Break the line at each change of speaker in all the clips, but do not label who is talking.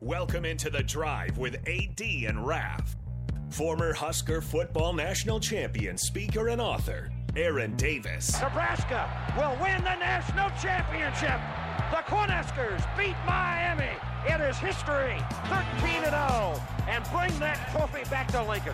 Welcome into the drive with AD and Raf. Former Husker football national champion, speaker, and author, Aaron Davis.
Nebraska will win the national championship. The Cornhuskers beat Miami. It is history, 13 and 0, and bring that trophy back to Lincoln.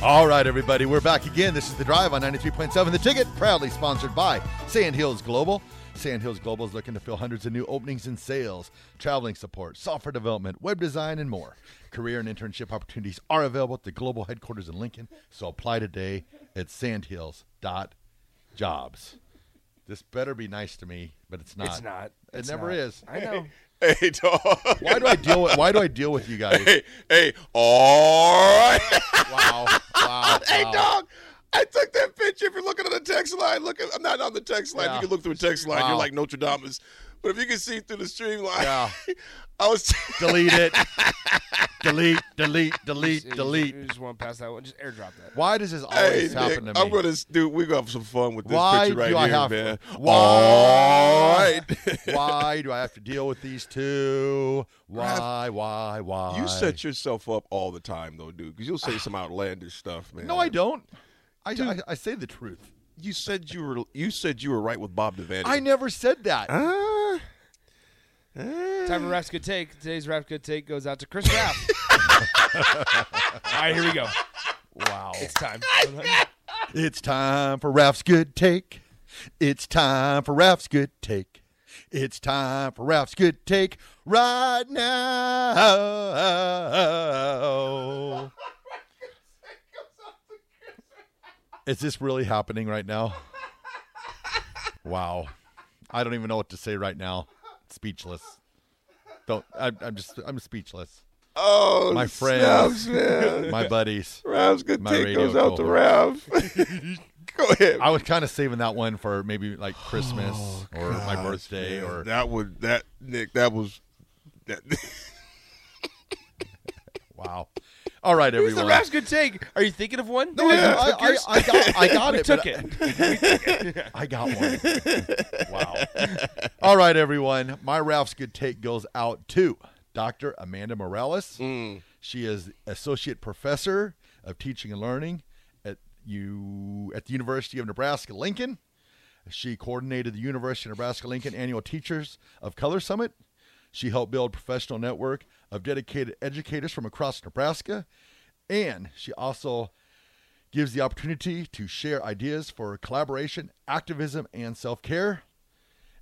All right, everybody, we're back again. This is the drive on 93.7 The Ticket, proudly sponsored by Sand Hills Global. Sand Hills Global is looking to fill hundreds of new openings in sales, traveling support, software development, web design, and more. Career and internship opportunities are available at the global headquarters in Lincoln, so apply today at sandhills.jobs. This better be nice to me, but it's not.
It's not.
It
It's
never
not.
is.
I know.
Hey, dog.
Why do I deal with why do I deal with you guys?
Hey, hey, all right.
Wow. Wow.
hey,
wow.
dog. I took that picture. If you're looking at the text line, look. At, I'm not on the text line.
Yeah.
You can look through a text line.
Wow.
You're like Notre Dame is. But if you can see through the stream line,
Yeah.
I was.
Delete it. delete, delete, delete,
You
delete.
Just, you just want to pass that one. Just airdrop that.
Why does this
Hey,
always
Nick,
happen to me?
I'm gonna do. We gonna have some fun with this
Why
picture right
do
here,
I have-
man.
Why-
All right.
why do I have to deal with these two? Why, why, why?
You set yourself up all the time, though, dude, because you'll say some outlandish stuff, man.
No, I don't. I, I, I say the truth.
You said you were. You said you were right with Bob Devaney.
I never said that.
Ah.
Time for Raph's good take. Today's Raph's good take goes out to Chris Raph. All right, here we go.
Wow.
It's time.
It's time for Ralph's good take. It's time for Ralph's good take. It's time for Ralph's good take right now. Is this really happening right now? Wow. I don't even know what to say right now. Speechless. Don't I, I'm just I'm speechless.
Oh,
My
snaps,
friends,
man.
my buddies.
Ralph's good
My
take
radio
goes out to Ralph. Go ahead.
I was kind of saving that one for maybe like Christmas or my birthday or
that would that Nick that was that.
wow. All right,
Who's the
everyone.
Raph's good take? Are you thinking of one?
No, I- I, I, I got, I got
we
it.
took
but uh,
it.
I got one. wow. All right, everyone. My Ralph's good take goes out to Dr. Amanda Morales. She is associate professor of teaching and learning at you at the University of Nebraska Lincoln. She coordinated the University of Nebraska Lincoln Annual Teachers of Color Summit. She helped build a professional network of dedicated educators from across Nebraska. And she also gives the opportunity to share ideas for collaboration, activism, and self care.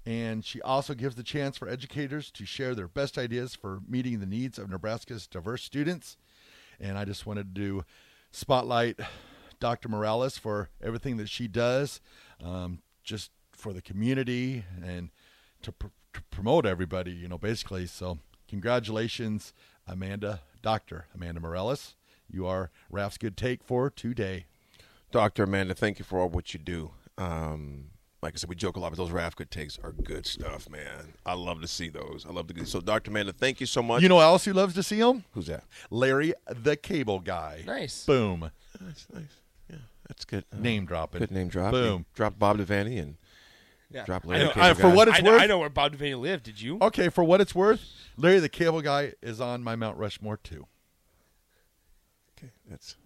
And she also gives the chance for educators to share their best ideas for meeting the needs of Nebraska's diverse students. And I just wanted to spotlight Dr. Morales for everything that she does, um, just for the community and to, pr- to promote everybody, you know, basically. So, congratulations, Amanda, Dr. Amanda Morales. You are Ralph's good take for today.
Doctor Amanda, thank you for all what you do. Um, like I said, we joke a lot, but those Ralph good takes are good stuff, man. I love to see those. I love to get so Doctor Amanda, thank you so much.
You know else who loves to see him?
who's that?
Larry the Cable Guy.
Nice.
Boom.
That's nice. Yeah, that's good. Uh,
Name dropping.
Good name drop.
Boom.
Drop Bob Devaney and
Yeah.
drop
I
Larry.
know-
Cable
I- uh, for
Guy.
what it's
I know,
worth.
I know where Bob Devaney lived. Did you?
Okay, for what it's worth, Larry the Cable Guy is on my Mount Rushmore too.
Okay, that's.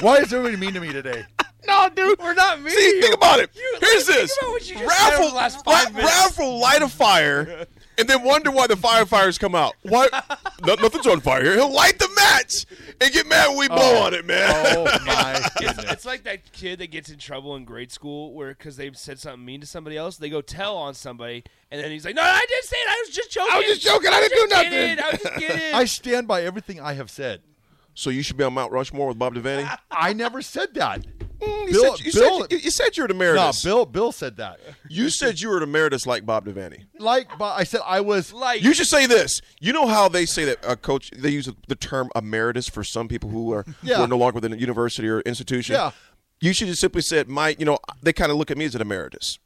Why is everybody mean to me today?
No, dude, we're not mean.
See, think about it. Here's
think
this.
about what you just said
Ralph
over
will-
the last
Ra-
five minutes.
Ralph will light a fire and then wonder why the firefighters come out. Why? no, nothing's on fire here. He'll light the match and get mad when we blow on it, man.
Oh my goodness.
It's like that kid that gets in trouble in grade school where because they've said something mean to somebody else, they go tell on somebody, and then he's like, "No, I didn't say it. I was just joking.
I was just joking. I didn't do nothing."
kidding. I was just kidding."
I stand by everything I have said.
So you should be on Mount Rushmore with Bob Devaney.
I never said that.
Mm, you,
Bill-
said, you,
Bill-
said, you- you said you were an
No,
emeritus.
Bill. Bill said that.
You said you were an emeritus like Bob Devaney.
Like, but I said I was.
Like
You should say this. You know how they say that uh, coach? They use the term emeritus for some people who are,
Yeah.
who are no longer within a university or institution.
Yeah.
You should just simply said, "My, you know, they kind of look at me as an emeritus."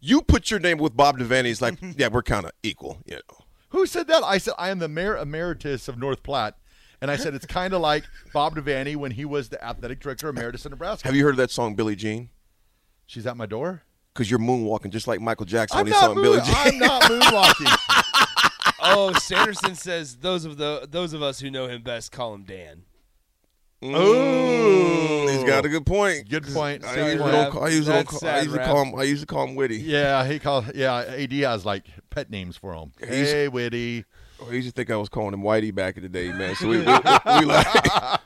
You put your name with Bob Devaney. It's like, yeah, we're kind of equal. You know,
Who said that? I said I am the mayor emeritus of North Platte, and I said it's kind of like Bob Devaney when he was the athletic director emeritus in Nebraska.
have you heard of that song Billie Jean?
She's at my door.
Because you're moonwalking just like Michael Jackson
I'm
when he
not,
sung Billie
moon,
Jean.
I'm not moonwalking.
Oh, Sanderson says those of the those of us who know him best call him Dan.
Ooh, he's got a good point.
Oh. Good point.
I
Good
usually
point.
don't call. I usually don't
That's
call. I
sad,
usually
Rap.
call him. I usually call him witty.
Yeah, he called. Yeah, AD has like pet names for him.
He's-
hey, Witty.
Oh, I used to think I was calling him Whitey back in the day, man. So we, we, we like, I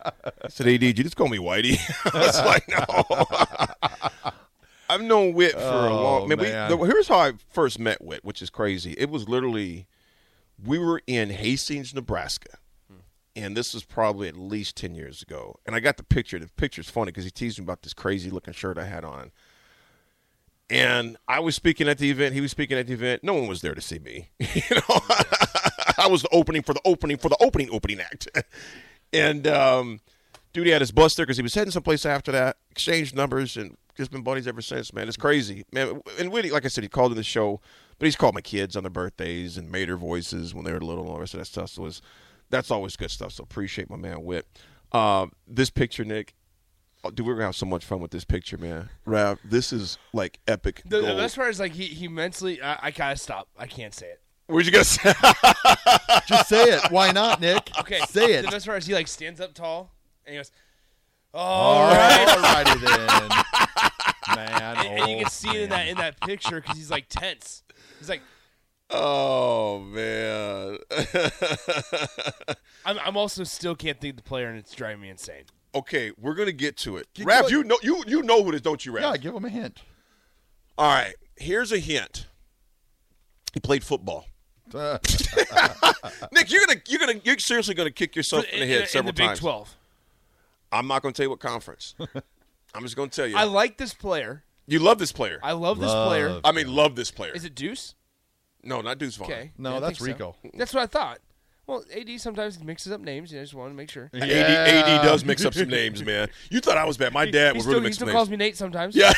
said, "Hey, did you just call me Whitey?" I was like, "No." I've known Wit for a
Oh,
long. Man, we-
man.
the- here's how I first met Wit, which is crazy. It was literally, we were in Hastings, Nebraska, and this was probably at least ten years ago. And I got the picture. The picture's funny because he teased me about this crazy looking shirt I had on. And I was speaking at the event. He was speaking at the event. No one was there to see me. You know, I was the opening for the opening for the opening opening act. and um, dude, he had his bus there because he was heading someplace after that. Exchanged numbers and just been buddies ever since. Man, it's crazy, man. And Witty, like I said, he called in the show, but he's called my kids on their birthdays and made their voices when they were little and all the rest of that stuff. So it's, that's always good stuff. So appreciate my man Wit. Um, this picture, Nick. Oh, dude, we're gonna have so much fun with this picture, man. Rav, this is like epic.
The, the
gold.
best part is like he he mentally. I, I gotta stop. I can't say it.
Where'd you guys?
Just say it. Why not, Nick?
Okay,
say it.
The best part is he like stands up tall and he goes, "Oh."
All right, all righty then. Man,
and, and you
oh,
can see it in
man.
that in that picture because he's like tense. He's like,
oh man.
I'm, I'm also still can't think of the player, and it's driving me insane.
okay, we're gonna get to it.
Get
Rav,
to it.
you know you you know who it is, don't you, Rav?
Yeah, give him a hint.
All right. Here's a hint. He played football.
Uh,
Nick, you're gonna you're gonna you're seriously gonna kick yourself in the head several
the Big
times.
Twelve.
I'm not gonna tell you what conference. I'm just gonna tell you.
I like this player.
you love this player. I,
I love, this player.
Love.
mean, love this player.
Is it Deuce?
no, not Deuce Vaughn.
Okay,
No,
I
that's
think so. That's what I thought. Well, AD sometimes mixes up names. and I just wanted to make sure.
AD,
Yeah.
AD does mix up some names, man. You thought I was bad. My dad
he
was
still,
really
he
mixing
still
names.
calls me Nate sometimes.
Yeah.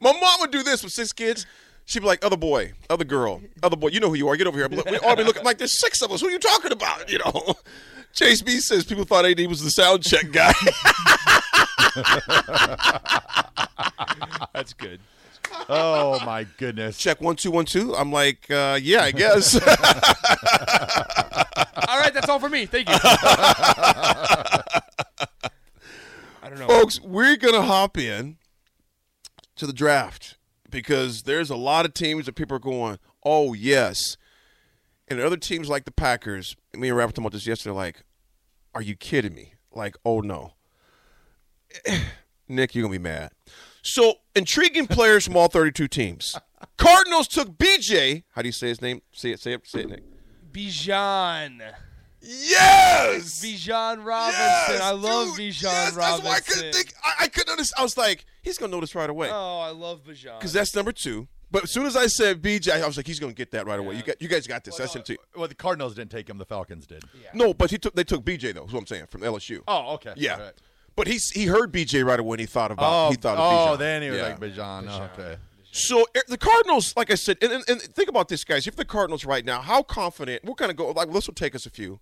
My mom would do this with six kids. She'd be like, other boy, other girl, other boy. You know who you are. Get over here. We all be looking like there's six of us. Who are you talking about? You know. Chase B says people thought AD was the sound check guy.
that's good.
oh my goodness.
check one two one two. I'm like, uh, yeah, I guess.
All right, that's all for me. Thank you. I don't know.
Folks, we're gonna hop in to the draft because there's a lot of teams that people are going, oh yes, and other teams like the Packers. and Me and Rav were talking about this yesterday. Like, are you kidding me? Like, oh no, Nick, you're gonna be mad. So intriguing players from all 32 teams. Cardinals took BJ. How do you say his name? Say it. Say it. Say it, Nick.
Bijan.
Yes.
Bijan Robinson.
Yes,
I love
dude.
Bijan
Yes,
Robinson.
That's why I couldn't think. I, I couldn't understand. I was like, he's gonna notice right away
Oh, I love Bijan.
because that's number two. But as soon as I said BJ, I was like, he's gonna get that right away. You got, you guys got this. that's him too.
Well, the Cardinals didn't take him. The Falcons did.
No, but he took. They took BJ though. Is what I'm saying from LSU.
Oh, okay.
yeah.
All right.
But he he heard BJ right away. and He thought about.
Oh,
he thought.
oh,
of Bijan.
then he was
Yeah.
like Bijan. Oh, okay.
So er, the Cardinals, like I said, and, and, and think about this, guys. If the Cardinals right now, how confident? We're gonna go. Like this will take us a few.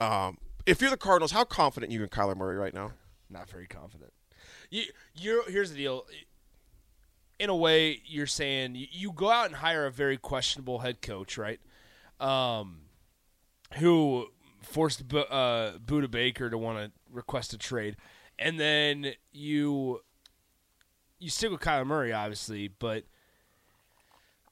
Um, if you're the Cardinals, how confident you in Kyler Murray right now?
Not very confident. You, you're here's the deal. In a way, you're saying you, you go out and hire a very questionable head coach, right? Um, who forced Bu- uh, Buda Baker to want to request a trade, and then you you stick with Kyler Murray, obviously, but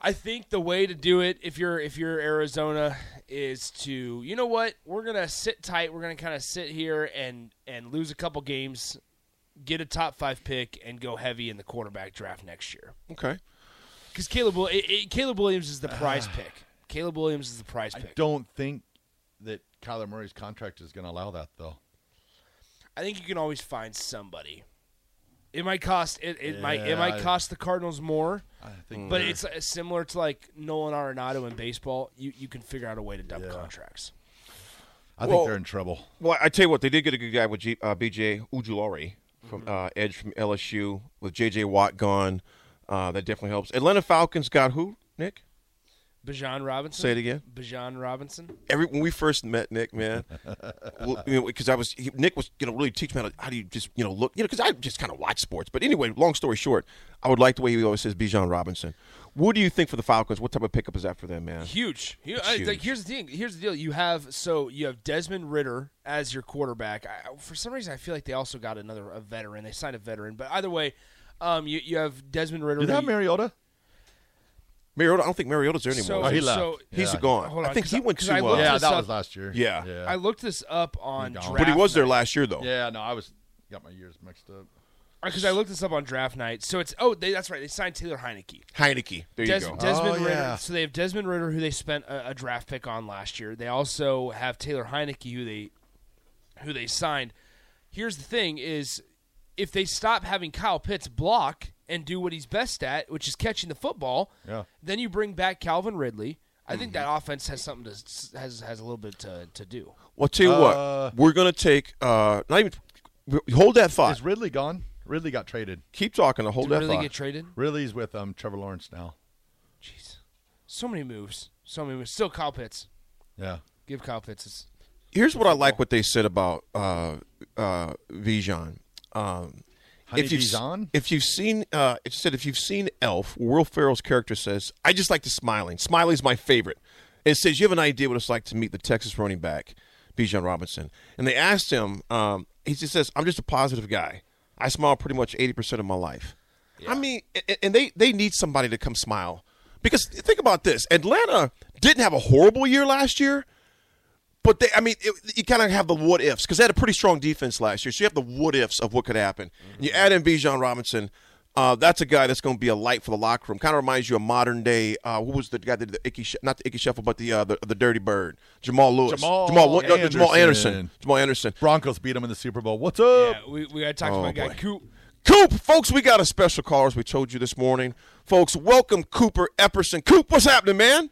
I think the way to do it, if you're if you're Arizona, is to you know what we're gonna sit tight, we're gonna kind of sit here and and lose a couple games, get a top five pick, and go heavy in the quarterback draft next year.
Okay.
Because Caleb Wil- it, it, Caleb Williams is the prize pick. Caleb Williams is the prize
I
pick.
don't think that Kyler Murray's contract is going to allow that, though.
I think you can always find somebody. It might cost it. It might it might
I-
cost the Cardinals more,
I think
but
they're-
it's uh, similar to like Nolan Arenado in baseball. You you can figure out a way to dump contracts.
I think
Well-
they're in trouble.
Well, I tell you what, they did get a good guy with G, uh, B.J. Ujulari from uh, Edge from LSU with J.J. Watt gone. Uh, that definitely helps. Atlanta Falcons got who? Nick,
Bajan Robinson.
say it again.
Bajan Robinson.
Every when we first met Nick, man, because I was he, Nick was you know really teach me how, to, how do you just you know look you know because I just kind of watch sports. But anyway, long story short, I would like the way he always says Bijan Robinson. What do you think for the Falcons? What type of pickup is that for them, man?
Huge. You I-
huge.
Like, here's the thing. Here's the deal. You have so you have Desmond Ritter as your quarterback. I, for some reason, I feel like they also got another a veteran. They signed a veteran, but either way, um, you you have Desmond Ritter.
Did that
that-
Mariota?
Mariota, I don't think Mariota's there anymore.
So,
Oh, he left.
so
He's
Yeah.
gone.
Hold
I
on,
think
'cause
he
I-
went
'cause
to.
I
uh,
looked
Yeah,
this
that
up-
was last year.
Yeah.
yeah,
I looked this up on
He's
draft.
gone.
but he was there
night.
last year though.
Yeah, No, I was got my years mixed up.
because I looked this up on draft night. So it's oh, they, that's right. They signed Taylor Heineke.
Heineke. There you
Des-
go.
Desmond
Oh,
Ritter.
yeah.
So they have Desmond Ritter, who they spent a, a draft pick on last year. They also have Taylor Heineke, who they who they signed. Here's the thing: is if they stop having Kyle Pitts block and do what he's best at, which is catching the football,
Yeah.
then you bring back Calvin Ridley. I think
Mm-hmm.
that offense has something to s- has has a little bit to, to do.
Well, tell you
Uh,
what, we're gonna take. Uh, not even hold that thought.
Is Ridley gone? Ridley got traded.
Keep talking. and Hold
Did
that
really
thought.
get traded?
Ridley's with um Trevor Lawrence now.
Jeez, so many moves, so many moves. Still Kyle Pitts.
Yeah,
Give Kyle Pitts. His,
Here's what I like what they said about uh, uh, Vijan. Um,
Honey
if you've
Bijan?
if you've seen, uh, it said if you've seen Elf, Will Ferrell's character says, "I just like the smiling. Smiley's my favorite." It says you have an idea what it's like to meet the Texas running back Bijan Robinson, and they asked him. Um, he just says, "I'm just a positive guy. I smile pretty much eighty percent of my life." I mean, a- a- and they they need somebody to come smile because think about this: Atlanta didn't have a horrible year last year. But they, I mean, it, you kind of have the what ifs because they had a pretty strong defense last year. So you have the what ifs of what could happen. You add in Bijan Robinson. Uh, that's a guy that's going to be a light for the locker room. Kind of reminds you of modern day. Uh, who was the guy that did the icky, Sh- not the icky shuffle, but the uh, the, the dirty bird, Jamal Lewis,
Jamal
what- no, Jamal Anderson,
Anderson.
Jamal Anderson.
Broncos beat him in the Super Bowl. What's up?
yeah, we we gotta talk to
Oh,
my guy
boy.
Coop.
Coop, folks, we got a special caller as we told you this morning. Folks, welcome Cooper Epperson. Coop, what's happening, man?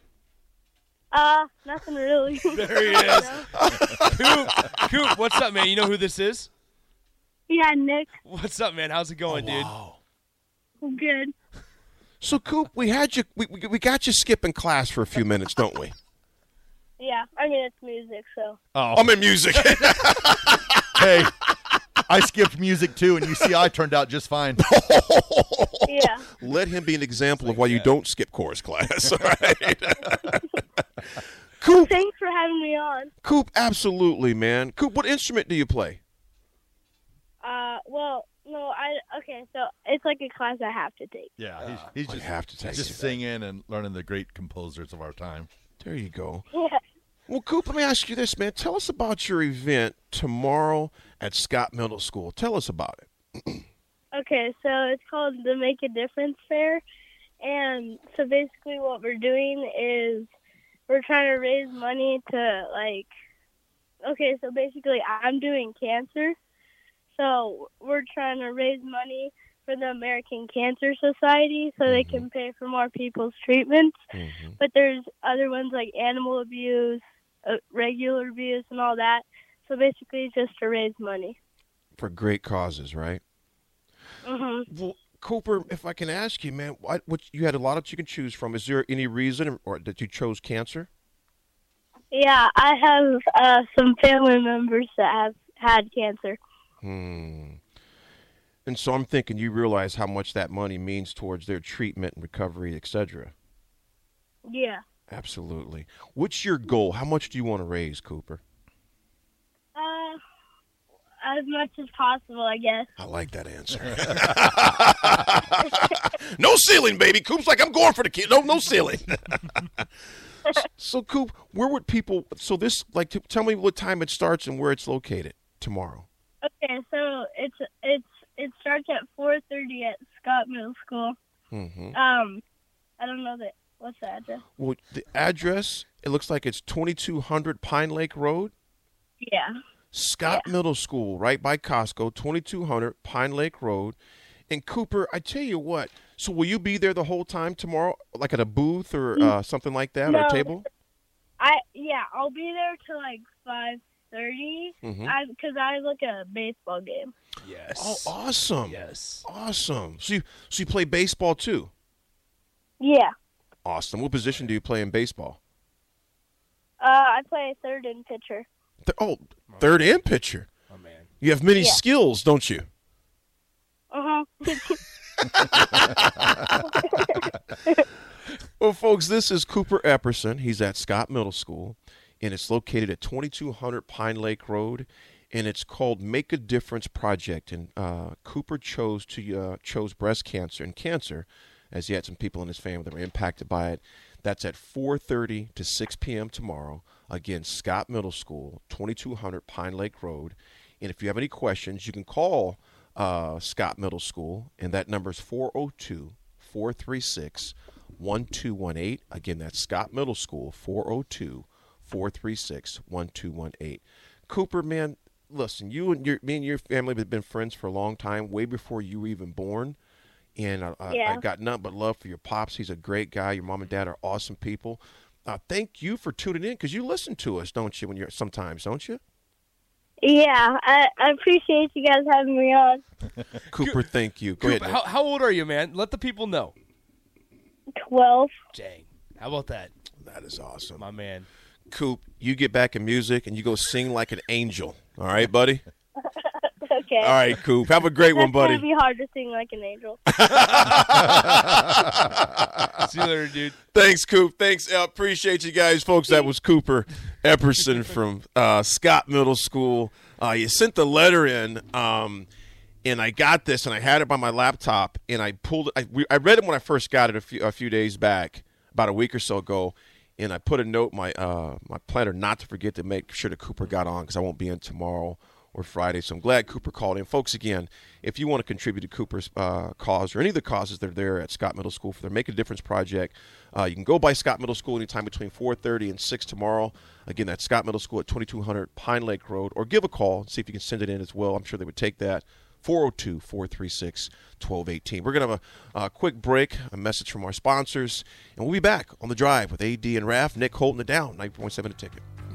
Uh, nothing really.
There he is. Coop, Coop, what's up, man? You know who this is?
yeah, Nick,
What's up, man? How's it going,
good.
So Coop, we had you, we, we we got you skipping class for a few minutes, don't we?
Yeah, I mean it's music, so
I'm in music.
Hey, I skipped music too, and you see, I turned out just fine.
Oh,
yeah.
Let him be an example of why you don't skip chorus class. All right. Coop,
Thanks for having me on.
Coop, absolutely, man. Coop, what instrument do you play?
Uh, well, no, I okay. So it's like a class I have to take.
Yeah, he's, he's
I
just
have to take
just
it.
singing and learning the great composers of our time.
There you go.
Yeah.
Well, Coop, let me ask you this, man. Tell us about your event tomorrow at Scott Middle School. Tell us about it.
Okay, so it's called the Make a Difference Fair, and so basically what we're doing is we're trying to raise money to like. Okay, so basically I'm doing cancer, so we're trying to raise money for the American Cancer Society so they can pay for more people's treatments.
Mm-hmm.
But there's other ones like animal abuse, uh, regular abuse, and all that. So basically, it's just to raise money.
For great causes, right?
hmm
Well, Cooper, if I can ask you, man, what, what you had a lot that you can choose from. Is there any reason or that you chose cancer?
Yeah, I have uh, some family members that have had cancer.
Hmm. And so I'm thinking you realize how much that money means towards their treatment and recovery, et cetera.
Yeah.
Absolutely. What's your goal? How much do you want to raise, Cooper?
Uh, as much as possible, I guess.
I like that answer. no ceiling, baby. Coop's like, I'm going for the kid. No, no ceiling. so, Coop, where would people? So this, like, t- tell me what time it starts and where it's located tomorrow.
Okay, so it's it's it starts at 4:30 at Scott Middle School.
Mm-hmm.
Um, I don't know that. What's the address?
Well, the address. It looks like it's 2200 Pine Lake Road.
Yeah.
Scott Middle School, right by Costco, 2200 Pine Lake Road. And Cooper, I tell you what. So will you be there the whole time tomorrow, like at a booth or uh, something like that, or
Mm. No.
a table?
I yeah, I'll be there till like five thirty.
Mhm.
I because I look at a baseball game.
Oh,
Yes.
awesome!
Yes.
Awesome. So you so you play baseball too?
Yeah,
Awesome. What position do you play in baseball?
uh, I play third and pitcher.
Th- oh, third and pitcher.
Oh man.
You have many
Yeah.
skills, don't you?
Uh huh.
Well, folks, this is Cooper Epperson. He's at Scott Middle School, and it's located at 2200 Pine Lake Road, and it's called Make a Difference Project. And uh, Cooper chose to uh, chose breast cancer and cancer, as he had some people in his family that were impacted by it. That's at 4:30 to 6 p.m. tomorrow. Again, Scott Middle School, 2200 Pine Lake Road. And if you have any questions, you can call uh, Scott Middle School, and that number is 402 436 1218. Again, that's Scott Middle School, 402 436 1218. Cooper, man, listen, you and your, me and your family have been friends for a long time, way before you were even born. And I, I,
Yeah.
I got nothing but love for your pops. He's a great guy. Your mom and dad are awesome people. Uh, thank you for tuning in because you listen to us, don't you? When you're sometimes, don't you?
yeah, I, I appreciate you guys having me on.
Cooper, thank you. Go
Coop,
ahead. Nick.
how, how old are you, man? Let the people know.
Twelve.
Dang. How about that,
That is awesome.
my man?
Coop, you get back in music and you go sing like an angel. All right, buddy?
Okay.
All right, Coop. Have a great
That's
one, buddy.
gonna be hard to sing like an angel.
See you later, dude.
Thanks, Coop. Thanks. I appreciate you guys, folks. That was Cooper Epperson from uh, Scott Middle School. Uh, you sent the letter in, um, and I got this, and I had it by my laptop, and I pulled it. I, we, I read it when I first got it a few, a few days back, about a week or so ago, and I put a note in my uh, my planner not to forget to make sure that Cooper got on because I won't be in tomorrow or Friday. So I'm glad Cooper called in. Folks, again, if you want to contribute to Cooper's uh, cause or any of the causes that are there at Scott Middle School for their Make a Difference project, uh, you can go by Scott Middle School anytime between 4.30 and 6 tomorrow. Again, that's Scott Middle School at 2200 Pine Lake Road. Or give a call and see if you can send it in as well. I'm sure they would take that. 402 436 1218. We're going to have a, a quick break, a message from our sponsors, and we'll be back on the drive with AD and RAF, Nick Holt, and the Down, 9.7 a ticket.